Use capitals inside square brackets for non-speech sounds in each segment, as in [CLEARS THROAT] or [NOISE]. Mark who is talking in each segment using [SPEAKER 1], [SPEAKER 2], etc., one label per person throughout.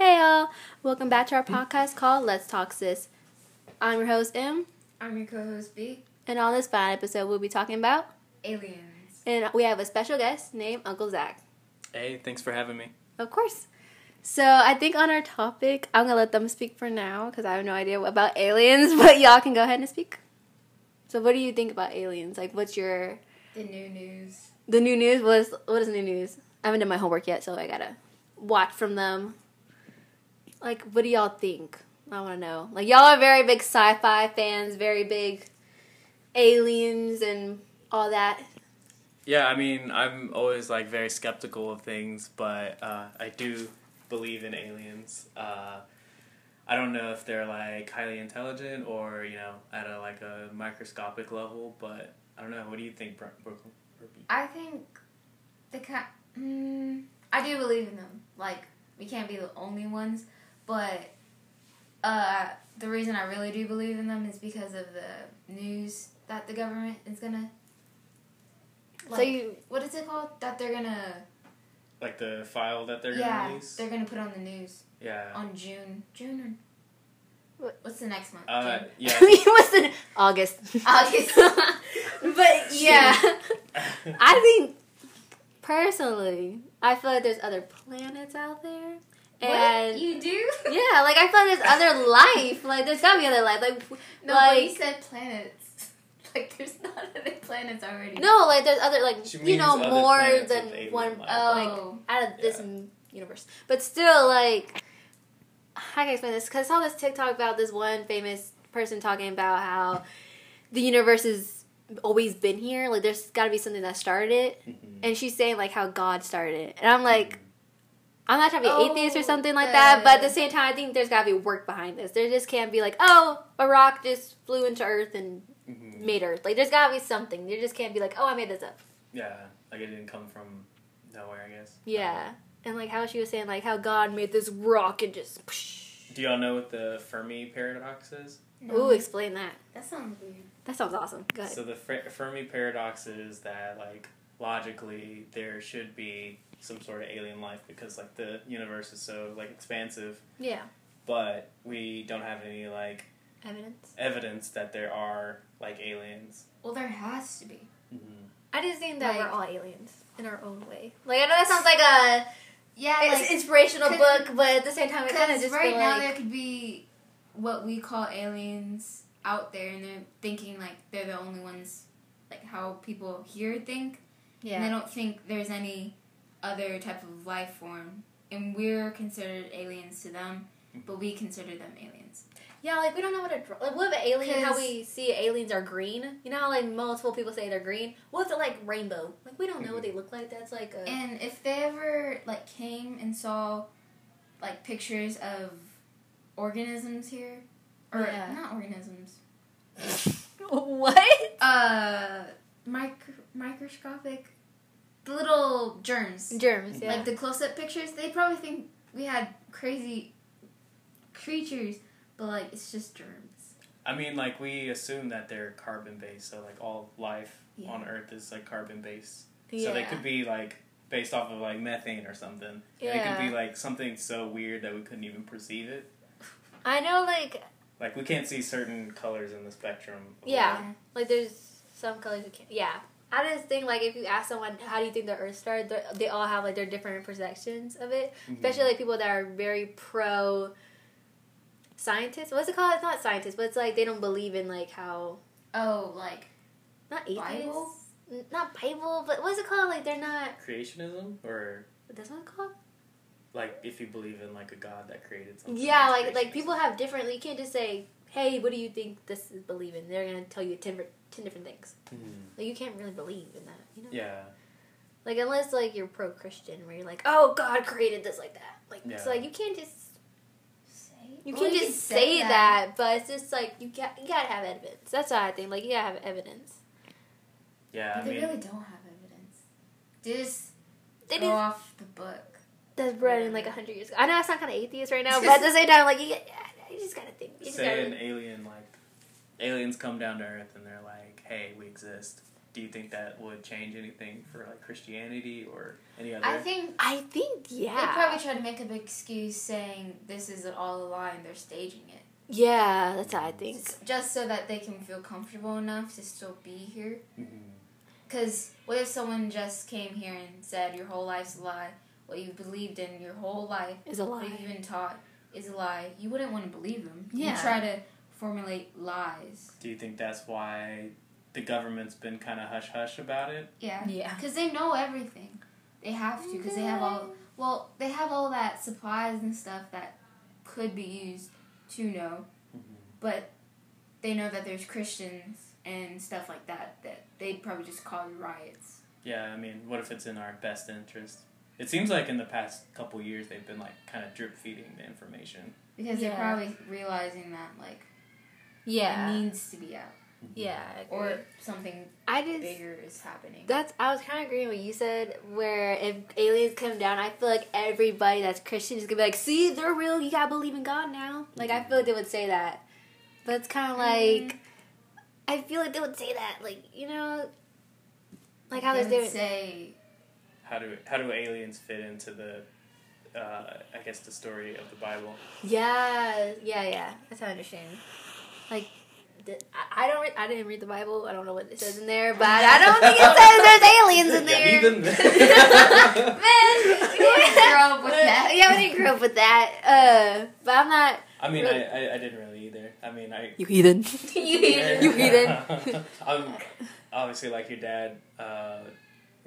[SPEAKER 1] y'all. Welcome back to our podcast called Let's Talk Sis. I'm your host, M,
[SPEAKER 2] I'm your co-host B.
[SPEAKER 1] and on this fine episode, we'll be talking about,
[SPEAKER 2] Aliens.
[SPEAKER 1] and we have a special guest named Uncle Zach.
[SPEAKER 3] Hey, thanks for having me.
[SPEAKER 1] Of course. So I think on our topic, I'm gonna let them speak for now because I have no idea about aliens, [LAUGHS] but y'all can go ahead and speak. So what do you think about aliens? Like, what's your
[SPEAKER 2] The new news.
[SPEAKER 1] the new news? What is what is new news? I haven't done my homework yet, so I gotta watch from them. Like, what do y'all think? I want to know. Like, y'all are very big sci-fi fans, very big aliens and all that.
[SPEAKER 3] Yeah, I mean, I'm always like very skeptical of things, but uh, I do believe in aliens. Uh, I don't know if they're like highly intelligent or you know at a like a microscopic level, but I don't know. What do you think, Bro- Brooklyn?
[SPEAKER 2] I think the kind. Mm, I do believe in them. Like we can't be the only ones, but uh, the reason I really do believe in them is because of the news that the government is gonna.
[SPEAKER 1] so
[SPEAKER 2] Like,
[SPEAKER 1] you
[SPEAKER 2] what is it called? That they're gonna.
[SPEAKER 3] Like the file that they're
[SPEAKER 2] yeah,
[SPEAKER 3] gonna release?
[SPEAKER 2] they're gonna put on the news
[SPEAKER 3] Yeah.
[SPEAKER 2] on June. June or.
[SPEAKER 1] What?
[SPEAKER 2] What's the next month?
[SPEAKER 3] Uh,
[SPEAKER 2] June.
[SPEAKER 1] [LAUGHS]
[SPEAKER 3] yeah.
[SPEAKER 1] you listen August. [LAUGHS]
[SPEAKER 2] August. but yeah.
[SPEAKER 3] [LAUGHS]
[SPEAKER 1] I think personally, I feel like there's other planets out there, and
[SPEAKER 2] what you do?
[SPEAKER 1] [LAUGHS] yeah, like I feel like there's other life. Like there's gotta be other life. Like w-
[SPEAKER 2] No, but you
[SPEAKER 1] like
[SPEAKER 2] said planets. [LAUGHS] Like there's not other planets already.
[SPEAKER 1] no, like there's other like
[SPEAKER 3] She
[SPEAKER 1] you know
[SPEAKER 3] means other
[SPEAKER 1] more
[SPEAKER 3] planets with
[SPEAKER 1] than
[SPEAKER 3] alien
[SPEAKER 1] one
[SPEAKER 3] life.
[SPEAKER 2] Oh.
[SPEAKER 1] like out of this
[SPEAKER 3] Yeah.
[SPEAKER 1] m- universe. But still, like how can I explain this? Because I saw this TikTok about this one famous person talking about how the universe has always been here. Like there's gotta be something that started it.
[SPEAKER 3] Mhm.
[SPEAKER 1] and she's saying like how God started it, and I'm like, I'm not trying to be
[SPEAKER 2] Oh,
[SPEAKER 1] atheist or something like
[SPEAKER 2] the-
[SPEAKER 1] that, but at the same time, I think there's got to be work behind this. There just can't be like, oh, a rock just flew into Earth and
[SPEAKER 3] Mhm.
[SPEAKER 1] made Earth. Like, there's got to be something. There just can't be like, oh, I made this up.
[SPEAKER 3] Yeah, like it didn't come from nowhere, I guess.
[SPEAKER 1] Yeah, and like how she was saying like how God made this rock and just. Psh.
[SPEAKER 3] Do y'all know what the Fermi paradox is?
[SPEAKER 1] Ooh, explain that.
[SPEAKER 2] that sounds weird.
[SPEAKER 1] That sounds awesome. Go ahead.
[SPEAKER 3] So the Fer- Fermi paradox is that like logically there should be some sort of alien life because like the universe is so like expansive,
[SPEAKER 1] yeah,
[SPEAKER 3] but we don't have any like
[SPEAKER 1] evidence.
[SPEAKER 3] evidence that there are like aliens.
[SPEAKER 2] Well, there has to be.
[SPEAKER 1] I just think that
[SPEAKER 2] Like-
[SPEAKER 1] we're all aliens in our own way. Like I know that sounds like a
[SPEAKER 2] Yeah,
[SPEAKER 1] it's
[SPEAKER 2] like,
[SPEAKER 1] inspirational
[SPEAKER 2] could-
[SPEAKER 1] book, but at the same time, it kind of
[SPEAKER 2] because
[SPEAKER 1] just
[SPEAKER 2] right
[SPEAKER 1] feel
[SPEAKER 2] now
[SPEAKER 1] like-
[SPEAKER 2] there could be what we call aliens out there, and they're thinking like they're the only ones, like how people here think. And they
[SPEAKER 1] Yeah.
[SPEAKER 2] don't think there's any other type of life form, and we're considered aliens to them, but we consider them aliens.
[SPEAKER 1] Yeah, like we don't know what a dr- like what if an alien how
[SPEAKER 2] 'Cause-
[SPEAKER 1] we see aliens are green. You know how like multiple people say they're green? What's it like rainbow? Like we don't know what they look like. That's like a
[SPEAKER 2] And if they ever like came and saw like pictures of organisms here, or
[SPEAKER 1] Yeah.
[SPEAKER 2] not organisms,
[SPEAKER 1] [LAUGHS] what?
[SPEAKER 2] uh, micro- microscopic, the little germs,
[SPEAKER 1] Germs, yeah.
[SPEAKER 2] like the close-up pictures, they probably think we had crazy creatures, but like it's just germs.
[SPEAKER 3] I mean, like we assume that they're carbon based, so like all life
[SPEAKER 2] Yeah.
[SPEAKER 3] on Earth is like carbon based.
[SPEAKER 1] yeah.
[SPEAKER 3] So they could be like based off of like methane or something. And It could
[SPEAKER 1] Yeah.
[SPEAKER 3] be like something so weird that we couldn't even perceive it.
[SPEAKER 1] I know like
[SPEAKER 3] Like we can't see certain colors in the spectrum. of
[SPEAKER 1] Yeah. like there's some colors you can't yeah. I just think like if you ask someone how do you think the earth started, they're- they all have like their different perceptions of it.
[SPEAKER 3] Mhm.
[SPEAKER 1] especially like people that are very pro scientists. What's it called? It's not scientists, but it's like they don't believe in like how
[SPEAKER 2] Oh, like
[SPEAKER 1] not atheists,
[SPEAKER 2] Bible?
[SPEAKER 1] N- not Bible, but what's it called? Like they're not.
[SPEAKER 3] creationism or
[SPEAKER 1] That's what it's called.
[SPEAKER 3] like if you believe in like a god that created something.
[SPEAKER 1] Yeah,
[SPEAKER 3] that's
[SPEAKER 1] like like
[SPEAKER 3] creationism.
[SPEAKER 1] people have different. You can't just say, "Hey, what do you think this is believing?" They're gonna tell you ten, ver- 10 different things. Like you can't really believe in that, you know.
[SPEAKER 3] Mm-hmm. Yeah,
[SPEAKER 1] Like unless like you're pro Christian, where you're like, "Oh, God created this like that." Like it's
[SPEAKER 3] Yeah.
[SPEAKER 1] like you can't just
[SPEAKER 2] say
[SPEAKER 1] You
[SPEAKER 2] Well,
[SPEAKER 1] can't just
[SPEAKER 2] said
[SPEAKER 1] say that. but it's just like you got you gotta have evidence. That's what I think. Like you gotta have evidence.
[SPEAKER 3] yeah.
[SPEAKER 2] But
[SPEAKER 3] I
[SPEAKER 2] they
[SPEAKER 3] mean,
[SPEAKER 2] really don't have evidence. They just
[SPEAKER 1] They
[SPEAKER 2] go
[SPEAKER 1] just
[SPEAKER 2] off the book.
[SPEAKER 1] that's bred in like a hundred years. ago. I know I sound kind of atheist right
[SPEAKER 2] [LAUGHS]
[SPEAKER 1] now, but at the same time, like you, get- you just gotta think. You just
[SPEAKER 3] say an
[SPEAKER 1] gotta,
[SPEAKER 3] alien like aliens come down to Earth and they're like, "Hey, we exist." do you think that would change anything for like Christianity or any other?
[SPEAKER 2] I think
[SPEAKER 1] I think
[SPEAKER 2] they
[SPEAKER 1] yeah.
[SPEAKER 2] probably tried to make up an excuse saying this is all a lie and they're staging it,
[SPEAKER 1] yeah, that's how I think.
[SPEAKER 2] just, just so that they can feel comfortable enough to still be here.
[SPEAKER 3] Mhm.
[SPEAKER 2] Because what if someone just came here and said your whole life's a lie, what you believed in your whole life,
[SPEAKER 1] Is a
[SPEAKER 2] what
[SPEAKER 1] lie.
[SPEAKER 2] you've been taught is a lie? You wouldn't want to believe them. You
[SPEAKER 1] Yeah.
[SPEAKER 2] try to formulate lies.
[SPEAKER 3] Do you think that's why the government's been kind of hush hush about it?
[SPEAKER 2] Yeah.
[SPEAKER 1] Yeah.
[SPEAKER 2] Because they know everything. They have to, because they have all. Well, they have all that supplies and stuff that could be used to know, but they know that there's Christians and stuff like that that they'd probably just call riots.
[SPEAKER 3] Yeah, I mean, what if it's in our best interest? It seems like in the past couple years they've been like kind of drip feeding the information.
[SPEAKER 2] Because
[SPEAKER 1] Yeah.
[SPEAKER 2] they're probably realizing that like
[SPEAKER 1] Yeah.
[SPEAKER 2] it needs to be out
[SPEAKER 1] yeah. I agree.
[SPEAKER 2] or something
[SPEAKER 1] I just
[SPEAKER 2] bigger is happening.
[SPEAKER 1] That's I was kind of agreeing with what you said. Where if aliens come down, I feel like everybody that's Christian is gonna be like, "See, they're real. You gotta believe in God now." Like I feel like they would say that, but it's kind of like I feel like they would say that, like you know, like how
[SPEAKER 2] they
[SPEAKER 1] there's
[SPEAKER 2] would
[SPEAKER 1] different.
[SPEAKER 2] [LAUGHS] say
[SPEAKER 3] How do how do aliens fit into the, uh, I guess the story of the Bible?
[SPEAKER 1] yeah, yeah, yeah. That's how I understand. Like. th- I I don't. Re- I didn't read the Bible. I don't know what it says in there, but I don't think it says there's aliens in there. [LAUGHS]
[SPEAKER 3] Yeah, even-
[SPEAKER 2] [LAUGHS] grow up with
[SPEAKER 1] But-
[SPEAKER 2] that.
[SPEAKER 1] Yeah, we didn't grow up with that. Uh, but I'm not.
[SPEAKER 3] I mean, I, I I didn't really either. I mean, I
[SPEAKER 1] You heathen.
[SPEAKER 2] You
[SPEAKER 1] [LAUGHS]
[SPEAKER 2] heathen.
[SPEAKER 1] You heathen.
[SPEAKER 3] [LAUGHS] I'm obviously like your dad. Uh,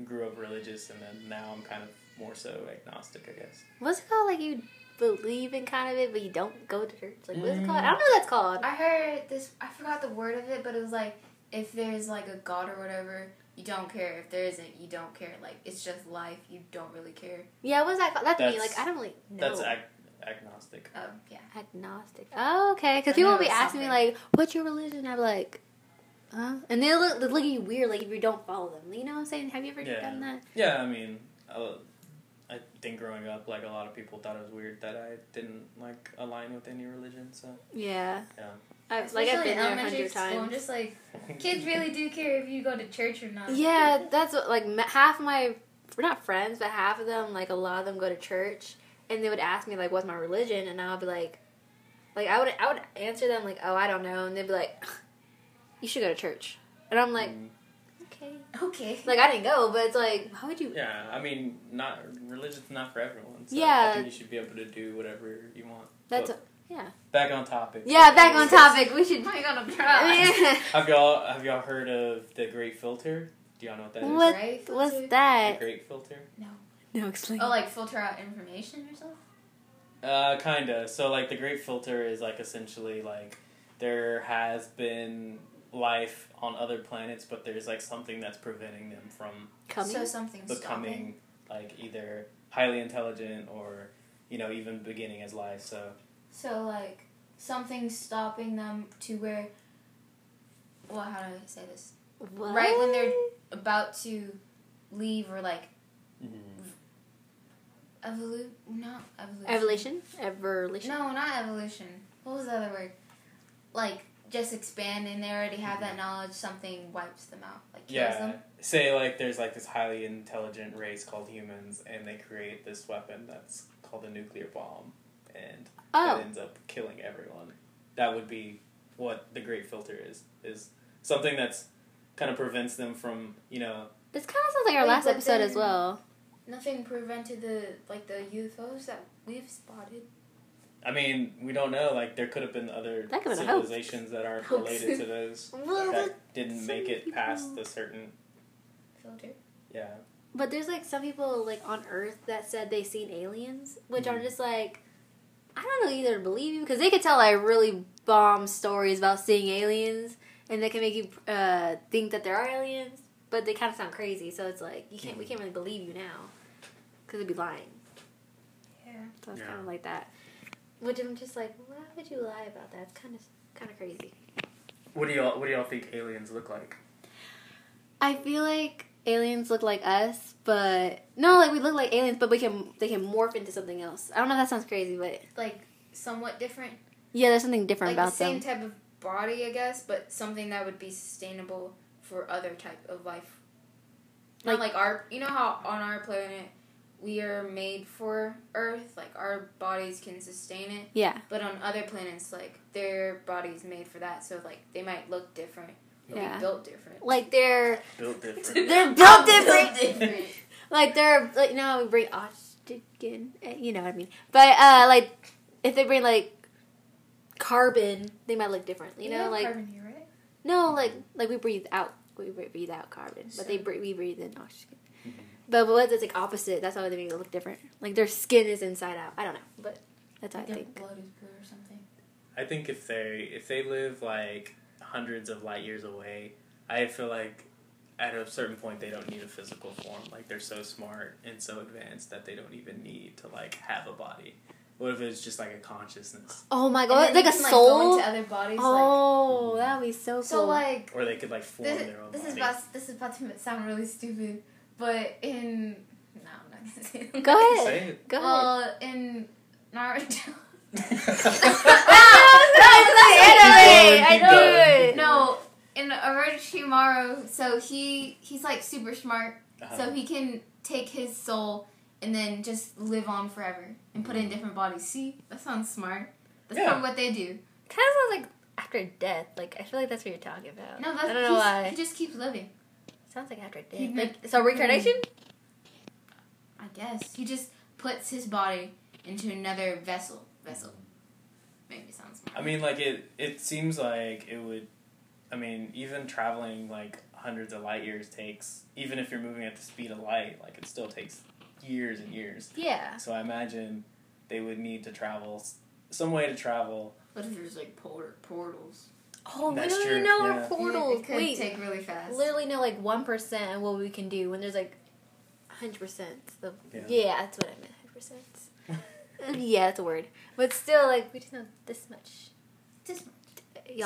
[SPEAKER 3] grew up religious, and then now I'm kind of more so agnostic, I guess.
[SPEAKER 1] [LAUGHS] What's it called? Like you believe in kind of it, but you don't go to church. Like what's it called? I don't know what that's called.
[SPEAKER 2] I heard this. I forgot the word of it, but it was like if there's like a god or whatever, you don't care. If there isn't, you don't care. Like it's just life. You don't really care.
[SPEAKER 1] Yeah, what's that called? That's, me.
[SPEAKER 3] That's-
[SPEAKER 1] Like I don't really know.
[SPEAKER 3] That's ag- agnostic.
[SPEAKER 2] Oh yeah.
[SPEAKER 1] agnostic. Oh, okay.
[SPEAKER 2] I
[SPEAKER 1] Because people
[SPEAKER 2] knew
[SPEAKER 1] will
[SPEAKER 2] it
[SPEAKER 1] be
[SPEAKER 2] was
[SPEAKER 1] asking me
[SPEAKER 2] something.
[SPEAKER 1] like, "What's your religion?" I'm like, "Huh?" And they look, they look at you weird, like if you don't follow them. You know what I'm saying? Have you ever
[SPEAKER 3] Yeah.
[SPEAKER 1] done that?
[SPEAKER 3] Yeah, I mean, I, I think growing up, like a lot of people thought it was weird that I didn't like align with any religion. So
[SPEAKER 1] Yeah.
[SPEAKER 3] Yeah.
[SPEAKER 1] I've, like I've
[SPEAKER 2] Especially
[SPEAKER 1] been there
[SPEAKER 2] in
[SPEAKER 1] a
[SPEAKER 2] elementary
[SPEAKER 1] hundred
[SPEAKER 2] school, I'm
[SPEAKER 1] times.
[SPEAKER 2] just like kids really do care if you go to church or not.
[SPEAKER 1] Yeah, that's what, like ma- half my we're not friends, but half of them like a lot of them go to church, and they would ask me like, "What's my religion?" and I'll be like, like I would I would answer them like, "Oh, I don't know," and they'd be like, [LAUGHS] "You should go to church," and I'm like,
[SPEAKER 3] Mm.
[SPEAKER 1] "Okay."
[SPEAKER 2] Okay.
[SPEAKER 1] Like I didn't go, but it's like, how would you?
[SPEAKER 3] yeah, I mean, not religion's not for everyone. So I
[SPEAKER 1] Yeah.
[SPEAKER 3] think you should be able to do whatever you want.
[SPEAKER 1] That's
[SPEAKER 3] But back on topic.
[SPEAKER 1] yeah. Back on topic,
[SPEAKER 2] [LAUGHS]
[SPEAKER 1] we should. [LAUGHS]
[SPEAKER 2] Am I gonna cry?
[SPEAKER 3] Have y'all have y'all heard of the Great Filter? Do y'all know what that is?
[SPEAKER 1] what
[SPEAKER 2] Right?
[SPEAKER 1] was
[SPEAKER 3] The
[SPEAKER 1] that?
[SPEAKER 3] Great Filter.
[SPEAKER 1] No, explain.
[SPEAKER 2] oh, like filter out information or something.
[SPEAKER 3] Uh, kinda. So like the great filter is like essentially like there has been life on other planets, but there's like something that's preventing them from
[SPEAKER 1] Coming.
[SPEAKER 2] So something's
[SPEAKER 3] becoming like either highly intelligent or you know even beginning as life. So
[SPEAKER 2] Stopping. So like something's stopping them to where. Well, how do I say this?
[SPEAKER 1] What?
[SPEAKER 2] right when they're- about to leave or like evolu not evolution.
[SPEAKER 1] evolution, evolution.
[SPEAKER 2] No, not evolution. What was the other word? Like just expand and they already have that knowledge. Something wipes them out, like kills
[SPEAKER 3] yeah,
[SPEAKER 2] them.
[SPEAKER 3] say like there's like this highly intelligent race called humans, and they create this weapon that's called a nuclear bomb, and
[SPEAKER 1] oh,
[SPEAKER 3] that ends up killing everyone. That would be what the great filter is is something that's kind of prevents them from you know
[SPEAKER 1] this kind of sounds like our
[SPEAKER 2] Wait,
[SPEAKER 1] last
[SPEAKER 2] but
[SPEAKER 1] episode as
[SPEAKER 2] then-
[SPEAKER 1] well.
[SPEAKER 2] Nothing prevented the like the UFOs that we've spotted.
[SPEAKER 3] I mean we don't know like there could have been other
[SPEAKER 1] That could've been a hoax.
[SPEAKER 3] civilizations that aren't
[SPEAKER 1] Hoax.
[SPEAKER 3] related to those
[SPEAKER 1] [LAUGHS] Well,
[SPEAKER 3] that didn't
[SPEAKER 1] some
[SPEAKER 3] make it past
[SPEAKER 1] people-
[SPEAKER 3] the certain
[SPEAKER 2] Filter.
[SPEAKER 3] yeah
[SPEAKER 1] But there's like some people like on Earth that said they seen aliens, which are
[SPEAKER 3] Mhm.
[SPEAKER 1] just like I don't know either to believe you because they could tell like really bomb stories about seeing aliens, and they can make you uh, think that there are aliens, but they kind of sound crazy. So it's like you can't we can't really believe you now because it'd be lying.
[SPEAKER 2] Yeah.
[SPEAKER 1] So it's
[SPEAKER 3] Yeah.
[SPEAKER 1] kind of like that. Which I'm just like, why would you lie about that? It's kind of kind of crazy.
[SPEAKER 3] what do y'all what do y'all think aliens look like
[SPEAKER 1] I feel like aliens look like us, but no, like we look like aliens, but we can they can morph into something else. I don't know if that sounds crazy, but
[SPEAKER 2] Like somewhat different.
[SPEAKER 1] yeah, there's something different
[SPEAKER 2] like the
[SPEAKER 1] about
[SPEAKER 2] same
[SPEAKER 1] them.
[SPEAKER 2] type of body, I guess, but something that would be sustainable for other type of life. Not like our, you know how on our planet we are made for Earth, like our bodies can sustain it,
[SPEAKER 1] Yeah.
[SPEAKER 2] but on other planets, like their bodies made for that, so like they might look different, or
[SPEAKER 1] Yeah.
[SPEAKER 2] be built different.
[SPEAKER 1] Like they're [LAUGHS]
[SPEAKER 2] [LAUGHS]
[SPEAKER 3] Built different.
[SPEAKER 1] they're built
[SPEAKER 2] Built
[SPEAKER 1] different.
[SPEAKER 2] different.
[SPEAKER 1] like they're like no, we bring oxygen. eh, You know what I mean. But uh, like if they bring like carbon, they might look different.
[SPEAKER 2] [LAUGHS]
[SPEAKER 1] You know, like
[SPEAKER 2] carbon here, right?
[SPEAKER 1] no, like like we breathe out. We br- breathe out carbon, but they
[SPEAKER 2] Sure.
[SPEAKER 1] breathe, we breathe in oxygen.
[SPEAKER 3] Mhm.
[SPEAKER 1] But but what's it's like opposite? That's why they make it look different. Like their skin is inside out. I don't know, but that's how I
[SPEAKER 2] Their
[SPEAKER 1] think.
[SPEAKER 2] blood is blue or something.
[SPEAKER 3] I think if they if they live like hundreds of light years away, I feel like at a certain point they don't need a physical form. Like they're so smart and so advanced that they don't even need to like have a body. What if it's just like a consciousness,
[SPEAKER 1] Oh my
[SPEAKER 2] And
[SPEAKER 1] god,
[SPEAKER 2] then
[SPEAKER 1] like
[SPEAKER 2] you
[SPEAKER 1] a
[SPEAKER 2] can,
[SPEAKER 1] soul.
[SPEAKER 2] Go into other bodies.
[SPEAKER 1] oh, that would be so cool.
[SPEAKER 2] like, so like
[SPEAKER 3] or they could like form
[SPEAKER 2] this,
[SPEAKER 3] their own
[SPEAKER 2] this is
[SPEAKER 3] body?
[SPEAKER 2] about this is about to sound really stupid, but in no, I'm not gonna say. [LAUGHS] It.
[SPEAKER 1] Go ahead.
[SPEAKER 3] Say
[SPEAKER 1] [LAUGHS]
[SPEAKER 3] it. [LAUGHS]
[SPEAKER 1] Go ahead.
[SPEAKER 2] Well, in Naruto.
[SPEAKER 1] That was an anime. I knew it.
[SPEAKER 2] no, in Orochimaru, so he he's like super smart, so
[SPEAKER 3] Uh-huh.
[SPEAKER 2] he can take his soul and then just live on forever and put it in different bodies. See, that sounds smart. That's
[SPEAKER 3] Mm-hmm. Yeah.
[SPEAKER 2] probably what they do.
[SPEAKER 1] Kind of sounds like after death. Like I feel like that's what you're talking about.
[SPEAKER 2] No, that's
[SPEAKER 1] I don't know
[SPEAKER 2] he's-
[SPEAKER 1] why.
[SPEAKER 2] He just keeps living.
[SPEAKER 1] sounds like after death.
[SPEAKER 2] He-
[SPEAKER 1] like so reincarnation.
[SPEAKER 2] I guess he just puts his body into another vessel. Vessel. Maybe it sounds.
[SPEAKER 3] I mean, like it. It seems like it would. I mean, even traveling like hundreds of light years takes. Even if you're moving at the speed of light, like it still takes years and years.
[SPEAKER 1] Yeah.
[SPEAKER 3] So I imagine they would need to travel s- some way to travel.
[SPEAKER 2] What if there's like por- portals?
[SPEAKER 1] Oh,
[SPEAKER 3] That's
[SPEAKER 1] we don't even
[SPEAKER 3] true,
[SPEAKER 1] know
[SPEAKER 3] yeah.
[SPEAKER 1] our portals.
[SPEAKER 2] It could
[SPEAKER 1] Wait,
[SPEAKER 2] take really fast.
[SPEAKER 1] literally know like one percent of what we can do when there's like hundred percent. So yeah.
[SPEAKER 3] Yeah.
[SPEAKER 1] that's what I meant. Hundred percent. [LAUGHS] Yeah, that's a word. But still, like we just know this much.
[SPEAKER 2] Just
[SPEAKER 3] so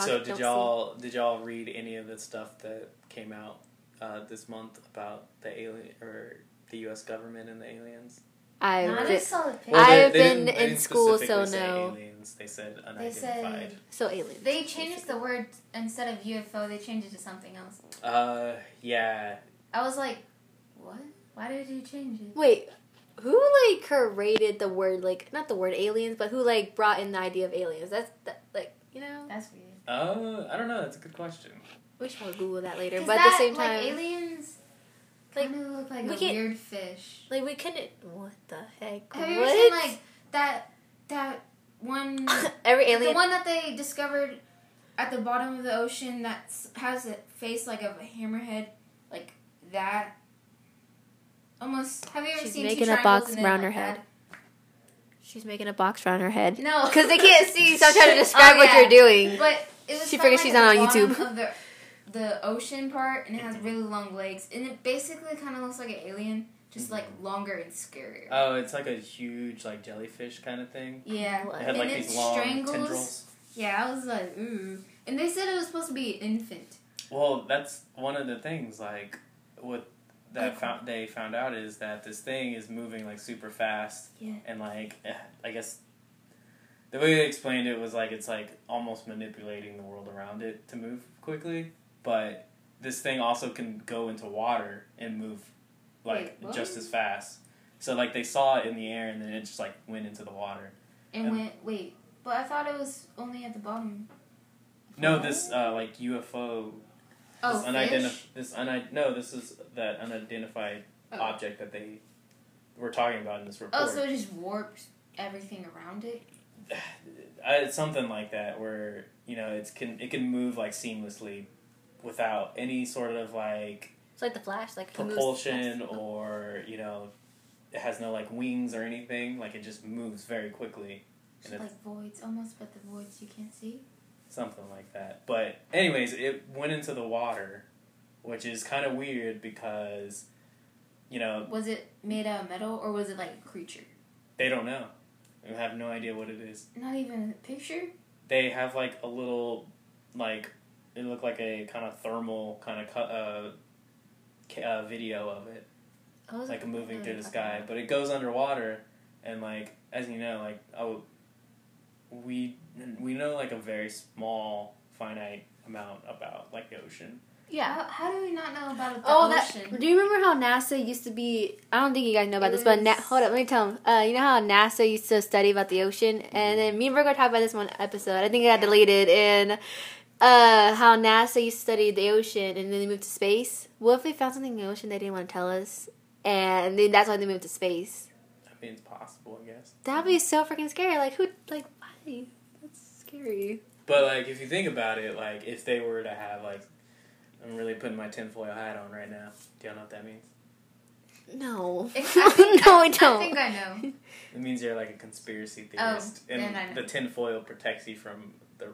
[SPEAKER 1] don't
[SPEAKER 3] did
[SPEAKER 1] see.
[SPEAKER 3] y'all did y'all read any of the stuff that came out uh, this month about the alien or the U.S. government and the aliens?
[SPEAKER 1] I
[SPEAKER 2] not
[SPEAKER 1] re-
[SPEAKER 2] a solid picture.
[SPEAKER 1] Well, I've
[SPEAKER 3] they
[SPEAKER 1] been
[SPEAKER 3] didn't- they
[SPEAKER 1] in
[SPEAKER 3] didn't
[SPEAKER 1] school, so
[SPEAKER 3] specifically say
[SPEAKER 1] no.
[SPEAKER 3] Aliens. They said
[SPEAKER 2] They said-
[SPEAKER 3] unidentified.
[SPEAKER 1] so alien.
[SPEAKER 2] They changed the word instead of UFO. They changed it to something else.
[SPEAKER 3] Uh, yeah.
[SPEAKER 2] I was like, what? Why did you change it?
[SPEAKER 1] Wait, who like created the word like not the word aliens, but who like brought in the idea of aliens? That's that, like you know
[SPEAKER 2] That's weird.
[SPEAKER 3] Uh, I don't know. That's a good question.
[SPEAKER 1] we should probably Google that later.
[SPEAKER 2] 'Cause
[SPEAKER 1] But at
[SPEAKER 2] that,
[SPEAKER 1] the same
[SPEAKER 2] like,
[SPEAKER 1] time, like,
[SPEAKER 2] aliens
[SPEAKER 1] Like,
[SPEAKER 2] kind of look like
[SPEAKER 1] we
[SPEAKER 2] a
[SPEAKER 1] can't-
[SPEAKER 2] weird fish.
[SPEAKER 1] we couldn't. What the heck?
[SPEAKER 2] Have you
[SPEAKER 1] what?
[SPEAKER 2] ever seen like that that
[SPEAKER 1] [COUGHS]
[SPEAKER 2] one?
[SPEAKER 1] [LAUGHS] every
[SPEAKER 2] The
[SPEAKER 1] alien?
[SPEAKER 2] one that they discovered at the bottom of the ocean that s- has a face like of a hammerhead, like that. Almost. Have you ever
[SPEAKER 1] She's
[SPEAKER 2] seen
[SPEAKER 1] making
[SPEAKER 2] two
[SPEAKER 1] a box
[SPEAKER 2] triangles and then
[SPEAKER 1] around
[SPEAKER 2] like
[SPEAKER 1] her
[SPEAKER 2] that?
[SPEAKER 1] head. She's making a box around her head [LAUGHS]
[SPEAKER 2] No,
[SPEAKER 1] because they can't see. So I'm trying to describe
[SPEAKER 2] [LAUGHS] Oh,
[SPEAKER 1] what
[SPEAKER 2] yeah.
[SPEAKER 1] you're doing.
[SPEAKER 2] But it was
[SPEAKER 1] She
[SPEAKER 2] from,
[SPEAKER 1] figures
[SPEAKER 2] like,
[SPEAKER 1] she's
[SPEAKER 2] the
[SPEAKER 1] not on
[SPEAKER 2] bottom
[SPEAKER 1] YouTube.
[SPEAKER 2] Of the, the ocean part, and it has really long legs, and it basically kind of looks like an alien, just
[SPEAKER 3] Mm-hmm.
[SPEAKER 2] like longer and scarier.
[SPEAKER 3] Oh, it's like a huge like jellyfish kind of thing.
[SPEAKER 2] yeah,
[SPEAKER 1] What?
[SPEAKER 3] It had
[SPEAKER 2] and
[SPEAKER 3] like
[SPEAKER 2] it
[SPEAKER 3] these long
[SPEAKER 2] strangles.
[SPEAKER 3] tendrils.
[SPEAKER 2] Yeah, I was like, ooh. And they said it was supposed to be an infant.
[SPEAKER 3] Well, that's one of the things. Like, what that
[SPEAKER 2] Like-
[SPEAKER 3] found, they found out is that this thing is moving like super fast,
[SPEAKER 2] Yeah.
[SPEAKER 3] and like [SIGHS] eh, I guess the way they explained it was like it's like almost manipulating the world around it to move quickly, but this thing also can go into water and move like
[SPEAKER 2] Wait, what?
[SPEAKER 3] just as fast. So like they saw it in the air and then it just like went into the water.
[SPEAKER 2] And
[SPEAKER 3] Yeah.
[SPEAKER 2] went wait, but I thought it was only at the bottom.
[SPEAKER 3] No, this uh, like UFO,
[SPEAKER 2] Oh,
[SPEAKER 3] this
[SPEAKER 2] fish.
[SPEAKER 3] unidentif- this unid- no, this is that unidentified
[SPEAKER 2] Oh.
[SPEAKER 3] object that they were talking about in this report. Uh,
[SPEAKER 2] oh, so it just warps everything around it.
[SPEAKER 3] I- it's something like that where you know it's can it can move like seamlessly without any sort of like
[SPEAKER 1] It's like the Flash, like he moves
[SPEAKER 3] propulsion
[SPEAKER 1] fast.
[SPEAKER 3] or you know it has no like wings or anything like it just moves very quickly
[SPEAKER 2] It's
[SPEAKER 3] and it's
[SPEAKER 2] like voids, almost, but the voids you can't see.
[SPEAKER 3] something like that but anyways it went into the water which is kind of weird because you know
[SPEAKER 2] Was it made out of metal or was it like a creature?
[SPEAKER 3] they don't know they have no idea what it is
[SPEAKER 2] Not even a picture.
[SPEAKER 3] they have like a little like it looked like a kind of thermal kind of cu- uh, ca- uh video of it
[SPEAKER 1] Oh, is
[SPEAKER 3] like
[SPEAKER 1] it-
[SPEAKER 3] moving
[SPEAKER 1] oh,
[SPEAKER 3] through
[SPEAKER 1] yeah.
[SPEAKER 3] the sky but it goes underwater and like as you know like oh we we know like a very small finite amount about like the ocean
[SPEAKER 1] Yeah.
[SPEAKER 2] How, how do we not know about the
[SPEAKER 1] Oh,
[SPEAKER 2] ocean? [LAUGHS]
[SPEAKER 1] that. Do you remember how NASA used to be? I don't think you guys know about
[SPEAKER 2] It
[SPEAKER 1] this, but Na-
[SPEAKER 2] was-
[SPEAKER 1] hold up, let me tell them. Uh, you know how NASA used to study about the ocean, and then me and Virgo talked about this one episode. I think it got deleted, and uh, how NASA used to study the ocean, and then they moved to space. What if they found something in the ocean they didn't want to tell us, and then that's why they moved to space?
[SPEAKER 3] I mean, it's possible, I guess.
[SPEAKER 1] That'd be so freaking scary. Like who? Like why? That's scary.
[SPEAKER 3] But like, if you think about it, like if they were to have like, I'm really putting my tinfoil hat on right now. Do y'all know what that means?
[SPEAKER 1] No. [LAUGHS]
[SPEAKER 2] I think-
[SPEAKER 1] no,
[SPEAKER 2] I-
[SPEAKER 1] I don't.
[SPEAKER 2] I think I know.
[SPEAKER 3] It means you're like a conspiracy
[SPEAKER 2] Oh,
[SPEAKER 3] theorist,
[SPEAKER 2] then I know.
[SPEAKER 3] and the tinfoil protects you from the.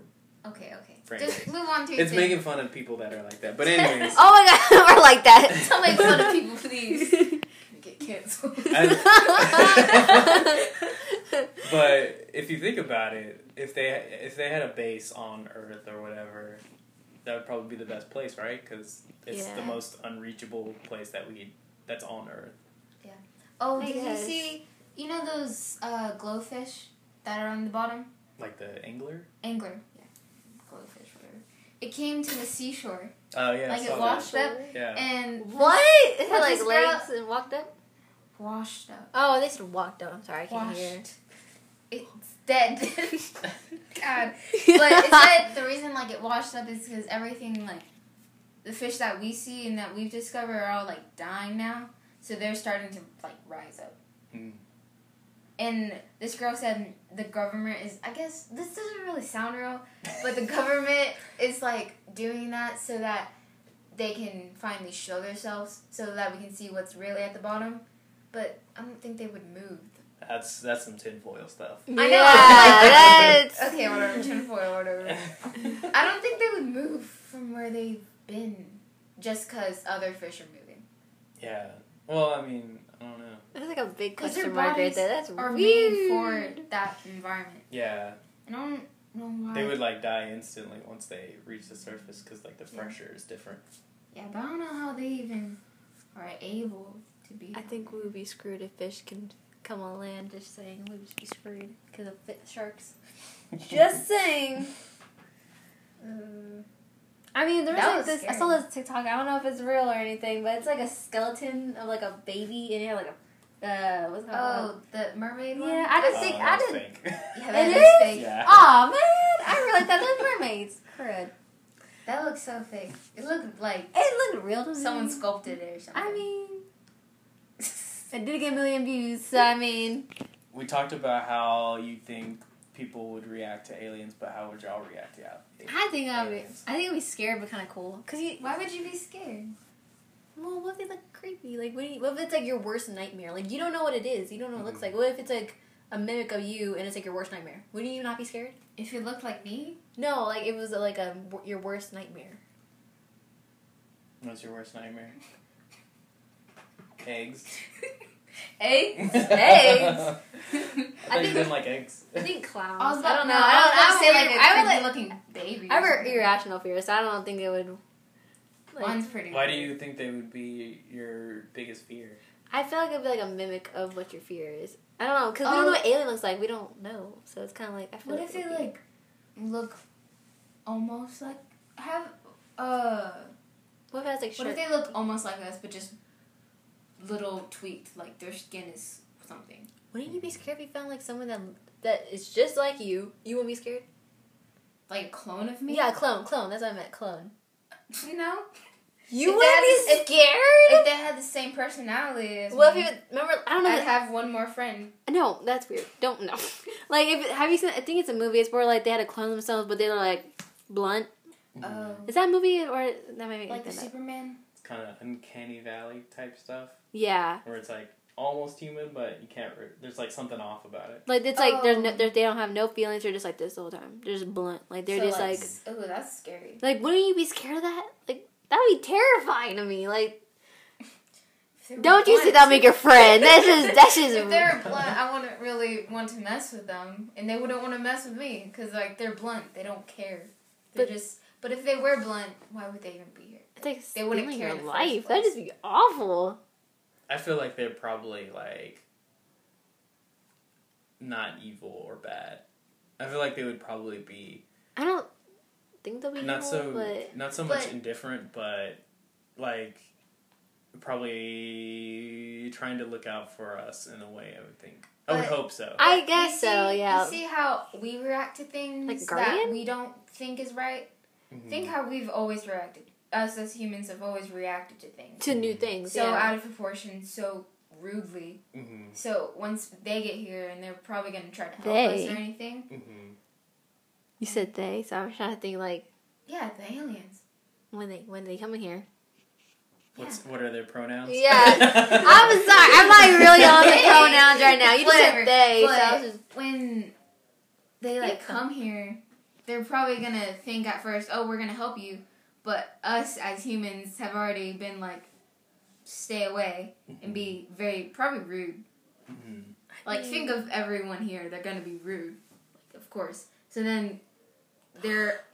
[SPEAKER 2] Okay, okay.
[SPEAKER 3] Frank.
[SPEAKER 2] Just move on to your
[SPEAKER 3] It's
[SPEAKER 2] thing.
[SPEAKER 3] making fun of people that are like that.
[SPEAKER 2] [LAUGHS]
[SPEAKER 3] But anyways,
[SPEAKER 1] [LAUGHS] Oh my god, we're like that. [LAUGHS]
[SPEAKER 2] Don't make fun
[SPEAKER 3] [LAUGHS]
[SPEAKER 2] of people, please. Get canceled.
[SPEAKER 1] [LAUGHS]
[SPEAKER 3] but if you think about it, if they if they had a base on Earth or whatever, that would probably be the best place, right? Because it's the
[SPEAKER 1] Yeah.
[SPEAKER 3] most unreachable place that we that's on Earth.
[SPEAKER 2] [LAUGHS] Oh,
[SPEAKER 1] I
[SPEAKER 2] did you
[SPEAKER 1] guess.
[SPEAKER 2] see? You know those uh, glowfish that are on the bottom?
[SPEAKER 3] Like the angler.
[SPEAKER 2] Angler. Yeah. Glowfish, whatever. It came to the seashore.
[SPEAKER 3] Oh yeah, I
[SPEAKER 2] Like it
[SPEAKER 3] saw that.
[SPEAKER 2] washed up
[SPEAKER 3] Yeah.
[SPEAKER 2] and
[SPEAKER 1] What? It had like
[SPEAKER 2] Just
[SPEAKER 1] legs and walked up?
[SPEAKER 2] washed up.
[SPEAKER 1] Oh, they said walked up. I'm sorry, I can't
[SPEAKER 2] Washed.
[SPEAKER 1] hear.
[SPEAKER 2] It's dead. [LAUGHS]
[SPEAKER 3] [LAUGHS]
[SPEAKER 2] God. [LAUGHS] But it said the reason like it washed up is because everything like the fish that we see and that we've discovered are all like dying now. So they're starting to like rise up.
[SPEAKER 3] Mm.
[SPEAKER 2] And this girl said the government is I guess this doesn't really sound real, but the government is like doing that so that they can finally show themselves so that we can see what's really at the bottom. But I don't think they would move.
[SPEAKER 3] That's that's some tinfoil stuff.
[SPEAKER 2] [LAUGHS]
[SPEAKER 3] [LAUGHS]
[SPEAKER 1] [LAUGHS] Yeah,
[SPEAKER 2] I know,
[SPEAKER 3] like-
[SPEAKER 1] that's-
[SPEAKER 2] Okay, whatever, tinfoil, whatever. I don't think they would move from where they've been just because other fish are moving.
[SPEAKER 3] yeah. Well, I mean, I don't know.
[SPEAKER 1] That's like a big
[SPEAKER 2] 'Cause their
[SPEAKER 1] question mark right
[SPEAKER 2] bodies
[SPEAKER 1] there. That's
[SPEAKER 2] Or made
[SPEAKER 1] weird.
[SPEAKER 2] for that environment.
[SPEAKER 3] Yeah,
[SPEAKER 2] And I don't know why.
[SPEAKER 3] they would like die instantly once they reach the surface because like the pressure is different.
[SPEAKER 2] Yeah, but I don't know how they even are able to be.
[SPEAKER 1] I think we would be screwed if fish can come on land. Just saying, we would just be screwed because of fi- sharks.
[SPEAKER 3] [LAUGHS]
[SPEAKER 1] Just saying. Uh, I mean, there was,
[SPEAKER 2] That
[SPEAKER 1] like
[SPEAKER 2] was
[SPEAKER 1] this. I
[SPEAKER 2] scary.
[SPEAKER 1] saw this TikTok. I don't know if it's real or anything, but it's like a skeleton of like a baby, and it had like a uh, what's it called?
[SPEAKER 2] Oh, the mermaid one?
[SPEAKER 1] Yeah, I
[SPEAKER 3] Uh,
[SPEAKER 1] just think I
[SPEAKER 3] that's
[SPEAKER 1] didn't. [LAUGHS]
[SPEAKER 3] fake.
[SPEAKER 2] Yeah, that
[SPEAKER 1] It
[SPEAKER 2] is
[SPEAKER 1] is?
[SPEAKER 2] fake.
[SPEAKER 3] yeah.
[SPEAKER 1] Aw, man, I really thought it was mermaids.
[SPEAKER 2] [LAUGHS]
[SPEAKER 1] Crud.
[SPEAKER 2] That looks so fake. It looked like
[SPEAKER 1] It looked real to me.
[SPEAKER 2] someone sculpted it or something.
[SPEAKER 1] I mean, it did get a million views, so I mean,
[SPEAKER 3] We talked about how you think people would react to aliens, but how would y'all react to aliens?
[SPEAKER 1] I think I'd be, I think I'd be scared, but kind of cool. Cause you,
[SPEAKER 2] why would you be scared?
[SPEAKER 1] well, what if they look creepy? Like, what, do you, what if it's like your worst nightmare? Like, you don't know what it is. You don't know what it looks
[SPEAKER 3] Mhm.
[SPEAKER 1] like. What if it's like a mimic of you and it's like your worst nightmare? Wouldn't you not be scared?
[SPEAKER 2] If it looked like [LAUGHS] me,
[SPEAKER 1] No, like it was like a your worst nightmare.
[SPEAKER 3] What's your worst nightmare? Eggs. [LAUGHS]
[SPEAKER 2] eggs.
[SPEAKER 1] Eggs?
[SPEAKER 3] I thought you
[SPEAKER 1] think-
[SPEAKER 3] didn't like eggs.
[SPEAKER 1] I think clowns.
[SPEAKER 2] I, was
[SPEAKER 1] I don't know. I
[SPEAKER 2] I,
[SPEAKER 1] don't. I would say like
[SPEAKER 2] I would
[SPEAKER 1] I would like.
[SPEAKER 2] looking baby.
[SPEAKER 1] I have irrational fears. so I don't think it would. like-
[SPEAKER 2] One's pretty.
[SPEAKER 3] [LAUGHS] Why do you think they would be your biggest fear?
[SPEAKER 1] I feel like it'd be like a mimic of what your fear is. I don't know because we don't
[SPEAKER 2] Oh.
[SPEAKER 1] know what alien looks like. We don't know, so it's kind of like I feel
[SPEAKER 2] What
[SPEAKER 1] like
[SPEAKER 2] if
[SPEAKER 1] it
[SPEAKER 2] they
[SPEAKER 1] would be-
[SPEAKER 2] like look almost like have uh?
[SPEAKER 1] What if it has like
[SPEAKER 2] What
[SPEAKER 1] shrimp?
[SPEAKER 2] if they look almost like us, but just little tweaked? Like their skin is something.
[SPEAKER 1] Wouldn't you be scared if you found like someone that that is just like you? You wouldn't be scared.
[SPEAKER 2] Like a clone of me.
[SPEAKER 1] Yeah, clone, clone. That's what I meant, clone.
[SPEAKER 2] You know.
[SPEAKER 1] [LAUGHS] You
[SPEAKER 2] If
[SPEAKER 1] wouldn't
[SPEAKER 2] that's-
[SPEAKER 1] be
[SPEAKER 2] if-
[SPEAKER 1] scared.
[SPEAKER 2] If they had the same personality as
[SPEAKER 1] well, if
[SPEAKER 2] me,
[SPEAKER 1] you remember, I don't know.
[SPEAKER 2] I'd
[SPEAKER 1] that-
[SPEAKER 2] have one more friend.
[SPEAKER 1] No, that's weird. Don't know. [LAUGHS] like, if have you seen? I think it's a movie. It's where like they had to clone themselves, but they were like blunt.
[SPEAKER 3] Mm-hmm.
[SPEAKER 2] Oh,
[SPEAKER 1] Is that a movie or that might be
[SPEAKER 2] like the
[SPEAKER 1] that up.
[SPEAKER 2] Superman.
[SPEAKER 3] It's kind of uncanny valley type stuff,
[SPEAKER 1] Yeah,
[SPEAKER 3] where it's like almost human, but you can't. Re- there's like something off about it.
[SPEAKER 1] like it's like they're, no,
[SPEAKER 2] Oh.
[SPEAKER 1] they're they don't have no feelings. They're just like this the whole time. They're just blunt. Like they're just like
[SPEAKER 2] Oh, that's scary.
[SPEAKER 1] Like, wouldn't you be scared of that? Like, that would be terrifying to me. Like,
[SPEAKER 2] If they were
[SPEAKER 1] don't you sit
[SPEAKER 2] blunt-
[SPEAKER 1] down with your friend. That's
[SPEAKER 2] [LAUGHS]
[SPEAKER 1] just, that's [LAUGHS] just.
[SPEAKER 2] if they're blunt, I wouldn't really want to mess with them, and they wouldn't want to mess with me because like they're blunt, they don't care. They're
[SPEAKER 1] But-
[SPEAKER 2] just. But if they were blunt, why would they even be here?
[SPEAKER 1] it's like
[SPEAKER 2] they wouldn't
[SPEAKER 1] stealing
[SPEAKER 2] care
[SPEAKER 1] your
[SPEAKER 2] in the first
[SPEAKER 1] life.
[SPEAKER 2] place.
[SPEAKER 1] That'd just be awful.
[SPEAKER 3] I feel like they're probably like not evil or bad. I feel like they would probably be
[SPEAKER 1] I don't. think they'll be
[SPEAKER 3] not
[SPEAKER 1] evil,
[SPEAKER 3] so
[SPEAKER 1] but
[SPEAKER 3] not so much
[SPEAKER 2] but-
[SPEAKER 3] indifferent, but like probably trying to look out for us in a way. I would think. I would
[SPEAKER 2] But-
[SPEAKER 3] hope so.
[SPEAKER 1] I guess
[SPEAKER 2] You see-
[SPEAKER 1] so. Yeah.
[SPEAKER 2] You see how we react to things
[SPEAKER 1] Like
[SPEAKER 2] that
[SPEAKER 1] Guardian?
[SPEAKER 2] we don't think is right.
[SPEAKER 3] Mhm.
[SPEAKER 2] Think how we've always reacted. Us as humans have always reacted to things
[SPEAKER 1] to new things.
[SPEAKER 2] so
[SPEAKER 1] yeah.
[SPEAKER 2] out of proportion, so rudely.
[SPEAKER 3] Mhm.
[SPEAKER 2] So once they get here, and they're probably gonna try to help
[SPEAKER 1] They.
[SPEAKER 2] us or anything.
[SPEAKER 3] Mhm.
[SPEAKER 1] you said they, so I was trying to think like
[SPEAKER 2] Yeah, the aliens.
[SPEAKER 1] when they when they come in here.
[SPEAKER 3] What's what are their pronouns?
[SPEAKER 1] Yeah. I'm
[SPEAKER 3] [LAUGHS]
[SPEAKER 1] sorry, I'm not really on the
[SPEAKER 2] They.
[SPEAKER 1] pronouns right now. You just
[SPEAKER 2] Whatever,
[SPEAKER 1] said they, so I
[SPEAKER 2] but-
[SPEAKER 1] was just
[SPEAKER 2] When they like
[SPEAKER 1] Yeah.
[SPEAKER 2] come here, they're probably gonna think at first, "Oh, we're gonna help you," but us as humans have already been like, "Stay away and be very probably rude."
[SPEAKER 3] Mhm.
[SPEAKER 2] Like, think of everyone here. They're gonna be rude, like, of course. So then, their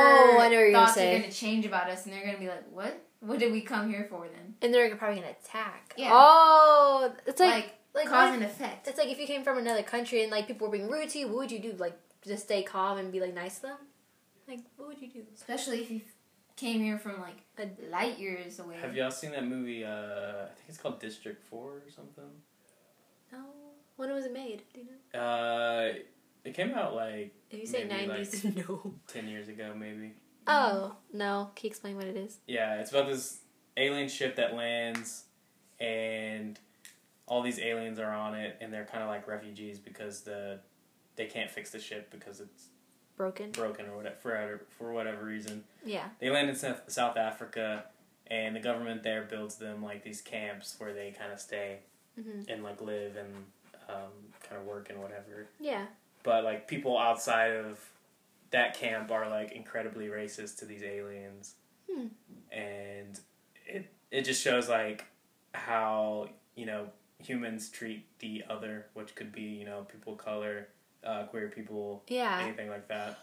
[SPEAKER 1] Oh, I know what you're gonna
[SPEAKER 2] thoughts
[SPEAKER 1] say.
[SPEAKER 2] are gonna change about us, and they're gonna be like, "What? What did we come here for?" Then,
[SPEAKER 1] and they're probably gonna attack.
[SPEAKER 2] Yeah.
[SPEAKER 1] Oh, it's like
[SPEAKER 2] like,
[SPEAKER 1] like
[SPEAKER 2] cause
[SPEAKER 1] what-
[SPEAKER 2] and effect.
[SPEAKER 1] it's like if you came from another country and like people were being rude to you, what would you do? Like just stay calm and be like nice to them? Like what would you do?
[SPEAKER 2] Especially if you came here from like
[SPEAKER 1] A-
[SPEAKER 2] light years away.
[SPEAKER 3] Have y'all seen that movie? Uh, I think it's called District Four or something.
[SPEAKER 1] No. When was it made? Do you know?
[SPEAKER 3] Uh, it came out like
[SPEAKER 1] If you say
[SPEAKER 3] Maybe, like- [LAUGHS]
[SPEAKER 1] nineties, no.
[SPEAKER 3] ten years ago, maybe.
[SPEAKER 1] Oh no! Can you explain what it is?
[SPEAKER 3] Yeah, it's about this alien ship that lands, and all these aliens are on it, and they're kind of like refugees because the they can't fix the ship because it's
[SPEAKER 1] Broken.
[SPEAKER 3] broken or whatever for, for whatever reason.
[SPEAKER 1] Yeah.
[SPEAKER 3] They land in South, South Africa, and the government there builds them like these camps where they kind of stay
[SPEAKER 1] hmm
[SPEAKER 3] and like live and um, kind of work and whatever.
[SPEAKER 1] Yeah.
[SPEAKER 3] but like people outside of that camp are like incredibly racist to these aliens
[SPEAKER 1] Hmm.
[SPEAKER 3] and it it just shows like how you know humans treat the other which could be you know people of color uh, queer people
[SPEAKER 1] Yeah.
[SPEAKER 3] anything like that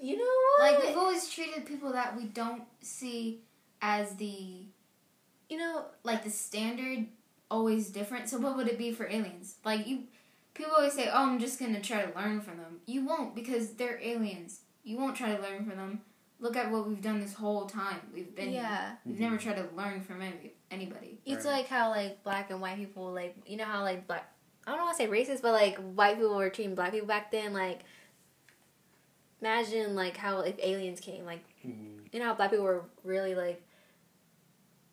[SPEAKER 1] You know what?
[SPEAKER 2] Like we've always treated people that we don't see as the
[SPEAKER 1] you know.
[SPEAKER 2] like the standard always different. So what would it be for aliens? Like you people always say, "Oh, I'm just going to try to learn from them." You won't because they're aliens. You won't try to learn from them. Look at what we've done this whole time. We've been here.
[SPEAKER 1] Yeah.
[SPEAKER 2] We've never tried to learn from any, anybody.
[SPEAKER 1] It's
[SPEAKER 3] Right.
[SPEAKER 1] like how like black and white people like you know how like black I don't want to say racist but like white people were treating black people back then like imagine like how if aliens came like
[SPEAKER 3] Mhm.
[SPEAKER 1] you know how black people were really like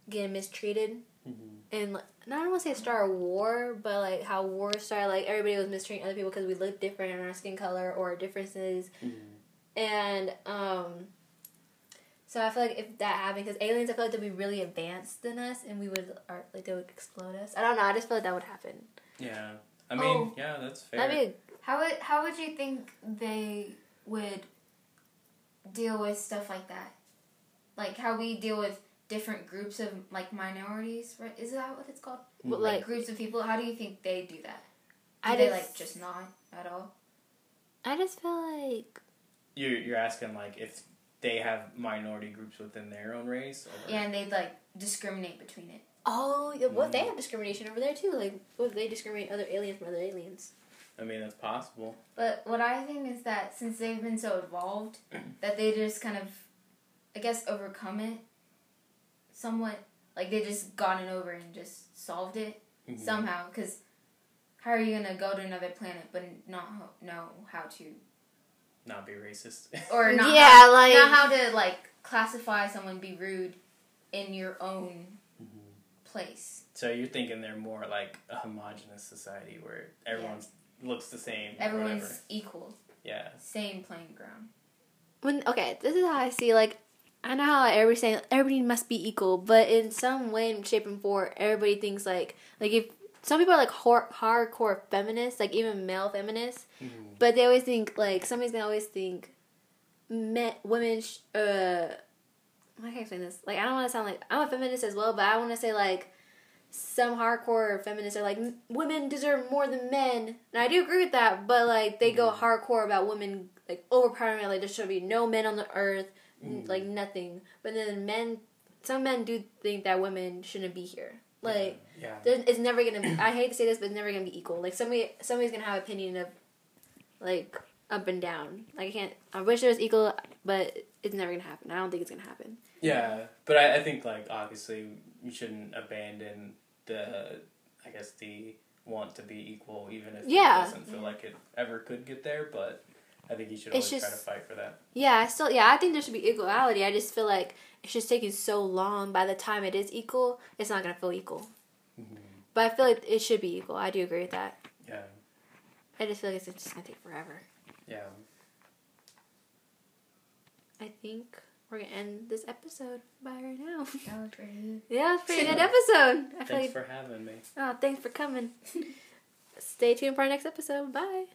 [SPEAKER 1] getting mistreated
[SPEAKER 3] Mhm.
[SPEAKER 1] and like, not I don't want to say start a war but like how wars started like everybody was mistreating other people because we look different in our skin color or differences
[SPEAKER 3] Mhm.
[SPEAKER 1] and um so I feel like if that happened, because aliens, I feel like they'd be really advanced than us, and we would, or, like, they would explode us. I don't know. I just feel like that would happen.
[SPEAKER 3] yeah i mean
[SPEAKER 1] Oh.
[SPEAKER 3] yeah that's fair
[SPEAKER 1] That'd be.
[SPEAKER 2] How would how would you think they would deal with stuff like that? Like how we deal with different groups of like minorities, right? Is that what it's called?
[SPEAKER 3] Mm-hmm.
[SPEAKER 1] A, but like,
[SPEAKER 2] Groups of people. How do you think they do that? Do
[SPEAKER 1] I
[SPEAKER 2] they
[SPEAKER 1] just,
[SPEAKER 2] like just not at all?
[SPEAKER 1] I just feel like
[SPEAKER 3] you're, you're asking like if they have minority groups within their own race or
[SPEAKER 2] Yeah, and they like discriminate between it.
[SPEAKER 1] oh, yeah, what if they
[SPEAKER 3] Mm.
[SPEAKER 1] have discrimination over there too? Like, what if they discriminate other aliens from other aliens?
[SPEAKER 3] i mean that's possible
[SPEAKER 2] But what I think is that since they've been so
[SPEAKER 1] [CLEARS THROAT]
[SPEAKER 2] evolved, that they just kind of, I guess, overcome it. Somewhat like they just gotten over and just solved it.
[SPEAKER 3] Mhm.
[SPEAKER 2] somehow because how are you gonna go to another planet but not ho- know how to
[SPEAKER 3] not be racist [LAUGHS]
[SPEAKER 2] or not
[SPEAKER 1] Yeah,
[SPEAKER 2] how,
[SPEAKER 1] like-
[SPEAKER 2] not how to like classify someone be rude in your own
[SPEAKER 3] Mhm.
[SPEAKER 2] place
[SPEAKER 3] So you're thinking they're more like a homogenous society where everyone's looks the same. or
[SPEAKER 2] everyone's
[SPEAKER 3] whatever.
[SPEAKER 2] equal
[SPEAKER 3] yeah.
[SPEAKER 2] same playing ground
[SPEAKER 1] When okay, this is how I see. Like, I know how everybody's saying everybody must be equal, but in some way, shape, and form, everybody thinks like like if some people are like hor- hardcore feminists, like even male feminists. But they always think like somebody's gonna always think, men, women. Sh- uh, how can I explain this? Like I don't want to sound like I'm a feminist as well, but I want to say like some hardcore feminists are like "M- women deserve more than men, and I do agree with that. But like they go hardcore about women like overpowering, like there should be no men on the earth, n-
[SPEAKER 3] Mhm.
[SPEAKER 1] like nothing. But then men, some men do think that women shouldn't be here, like.
[SPEAKER 3] yeah.
[SPEAKER 1] There, it's never gonna. Be, I hate to say this, but it's never gonna be equal. Like somebody, somebody's gonna have opinion of, like up and down. Like I can't. I wish it was equal, but it's never gonna happen. I don't think it's gonna happen.
[SPEAKER 3] Yeah, but I, I think like obviously you shouldn't abandon the I guess the want to be equal even if
[SPEAKER 1] Yeah.
[SPEAKER 3] it doesn't feel like it ever could get there, but I think you should always
[SPEAKER 1] It's
[SPEAKER 3] try to
[SPEAKER 1] just-
[SPEAKER 3] fight for that.
[SPEAKER 1] Yeah, I still yeah, I think there should be equality. I just feel like it's just taking so long. By the time it is equal, it's not gonna feel equal. But I feel like it should be equal. I do agree with that.
[SPEAKER 3] Yeah.
[SPEAKER 1] I just feel like it's just gonna take forever.
[SPEAKER 3] Yeah.
[SPEAKER 1] I think we're gonna end this episode by right now. [LAUGHS]
[SPEAKER 2] That was pretty good.
[SPEAKER 1] yeah, it's a pretty good episode. I feel
[SPEAKER 3] Thanks
[SPEAKER 1] like
[SPEAKER 3] for having me.
[SPEAKER 1] [LAUGHS] oh, thanks for coming. Stay tuned for our next episode. Bye.